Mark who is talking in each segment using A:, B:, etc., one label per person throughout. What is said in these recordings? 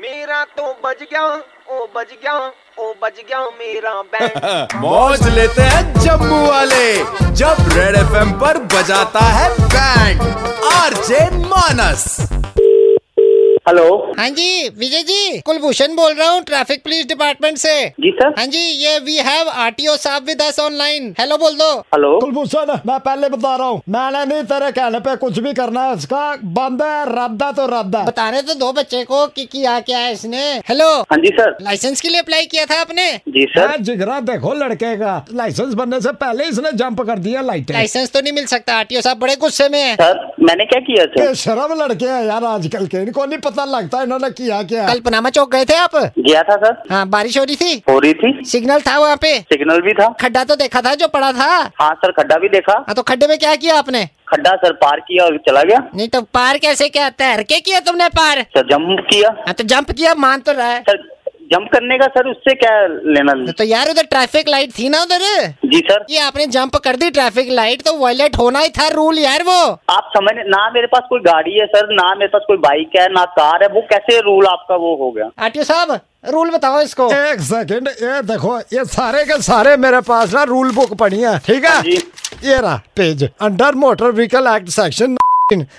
A: मेरा तो बज गया ओ बज गया ओ बज गया मेरा बैंड
B: मौज लेते हैं जम्मू वाले जब रेड एफएम पर बजाता है बैंड आरजे मानस
C: हेलो
D: हाँ जी विजय जी कुलभूषण बोल रहा हूँ ट्रैफिक पुलिस डिपार्टमेंट से
C: जी सर
D: हाँ जी ये वी हैव आरटीओ साहब विद अस ऑनलाइन हेलो बोल दो
C: हेलो
E: कुलभूषण मैं पहले बता रहा हूँ मैंने नहीं तेरे कहने पे कुछ भी करना है इसका बंद है रद्दा तो रद्दा
D: बताने तो दो बच्चे को कि किया क्या है इसने हेलो
C: हाँ जी सर
D: लाइसेंस के लिए अप्लाई किया था आपने
C: जी सर
D: हाँ,
E: है जिगरा देखो लड़के का लाइसेंस बनने से पहले इसने जंप कर दिया लाइटें
D: लाइसेंस तो नहीं मिल सकता आरटीओ साहब बड़े गुस्से में है
C: सर मैंने क्या किया
E: ये
C: सर
E: शर्म लड़के हैं यार आजकल के इनको नहीं पता लगता इन्होंने किया क्या
D: कल पनामा चौक गए थे आप
C: गया था सर
D: हाँ बारिश हो रही थी
C: हो रही थी
D: सिग्नल था वहाँ पे
C: सिग्नल भी था
D: खड्डा तो देखा था जो पड़ा था हाँ
C: हाँ सर खड्डा भी देखा
D: तो खड्डे में क्या किया आपने
C: खड्डा सर पार किया और चला गया
D: नहीं तो पार कैसे क्या तैर के किया तुमने पार
C: सर जंप किया
D: हाँ तो जंप किया मान तो रहा है
C: सर जंप करने का सर उससे क्या लेना
D: तो यार उधर ट्रैफिक लाइट थी ना उधर
C: जी सर
D: ये आपने जंप कर दी ट्रैफिक लाइट तो वायलेट होना ही था रूल यार वो
C: आप समझ ना मेरे पास कोई गाड़ी है सर ना मेरे पास कोई बाइक है ना कार है वो कैसे रूल आपका वो हो गया
D: आरटीओ साहब रूल बताओ इसको
E: एक सेकंड ये देखो ये सारे के सारे मेरे पास ना रूल बुक पड़ी है ठीक है
C: जी।
E: ये रहा page under motor vehicle act section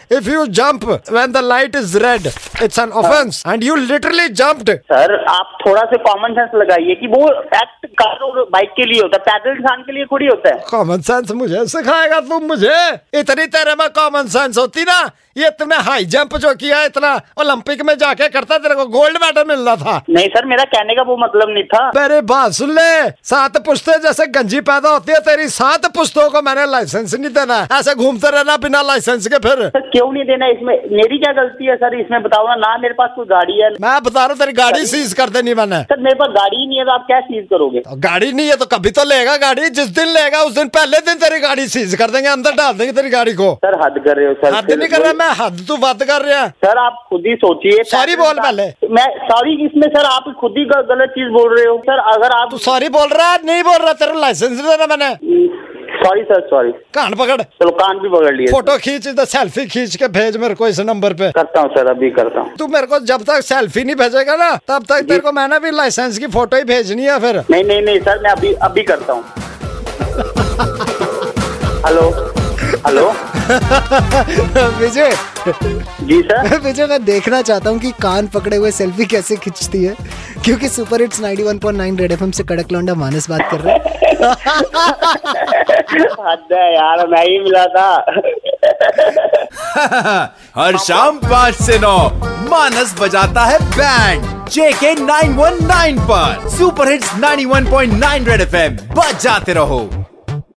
E: If you jump when the light is red, it's an offense, and you literally jumped.
C: Sir आप थोड़ा सा कॉमन सेंस लगाइए कि वो एक्ट कार और बाइक के लिए होता है पैदल इंसान के लिए थोड़ी होता है
E: कॉमन सेंस मुझे सिखाएगा तुम मुझे इतनी तेरे में कॉमन सेंस होती ना ये तुमने हाई जंप जो किया इतना ओलंपिक में जाके करता तेरे को गोल्ड मेडल मिलना था
C: नहीं सर मेरा कहने का वो मतलब नहीं था
E: मेरी बात सुन ले सात पुश्ते जैसे गंजी पैदा होती है तेरी सात पुश्तों को मैंने लाइसेंस नहीं देना ऐसे घूमते रहना बिना लाइसेंस के फिर
C: सर क्यों नहीं देना इसमें मेरी क्या गलती है सर इसमें बताओ ना ना मेरे पास कोई गाड़ी है
E: मैं बता रहा हूँ तेरी गाड़ी सीज कर देनी मैंने
C: सर मेरे पास गाड़ी ही नहीं है तो आप क्या चीज करोगे
E: गाड़ी नहीं है तो कभी तो लेगा गाड़ी जिस दिन लेगा उस दिन पहले दिन तेरी गाड़ी सीज कर देंगे अंदर डाल देंगे तेरी गाड़ी को
C: सर हद कर रहे हो सर
E: हद
C: फिर
E: नहीं कर रहा मैं हद तू बात कर रहा है
C: सर आप खुद ही सोचिए
E: Sorry बोल पहले।
C: मैं सॉरी इसमें सर आप खुद ही ग- गलत चीज बोल रहे हो सर अगर आप
E: तू सॉरी बोल रहा है नहीं बोल रहा तेरा लाइसेंस नहीं देना मैंने
C: सॉरी सर सॉरी
E: कान पकड़
C: चलो कान भी पकड़ लिए
E: फोटो खींच इधर सेल्फी खींच के भेज मेरे को इस नंबर पे
C: करता हूँ सर अभी करता हूँ
E: तू मेरे को जब तक सेल्फी नहीं भेजेगा ना तब तक तेरे को मैंने भी लाइसेंस की फोटो ही भेजनी है फिर
C: नहीं नहीं नहीं सर मैं अभी अभी करता हूँ hello hello
D: Vijay
C: ji sir
D: Vijay मैं देखना चाहता हूँ कि कान पकड़े हुए सेल्फी कैसे खींचती है क्योंकि सुपर हिट्स 91.9 रेड एफएम से कड़क लौंडा मानस बात कर रहा है
C: हद है यार मैं ही मिला था
B: हर शाम पाँच से नौ मानस बजाता है बैंड जेके 919 पर सुपर हिट्स 91.9 रेड एफएम बजाते रहो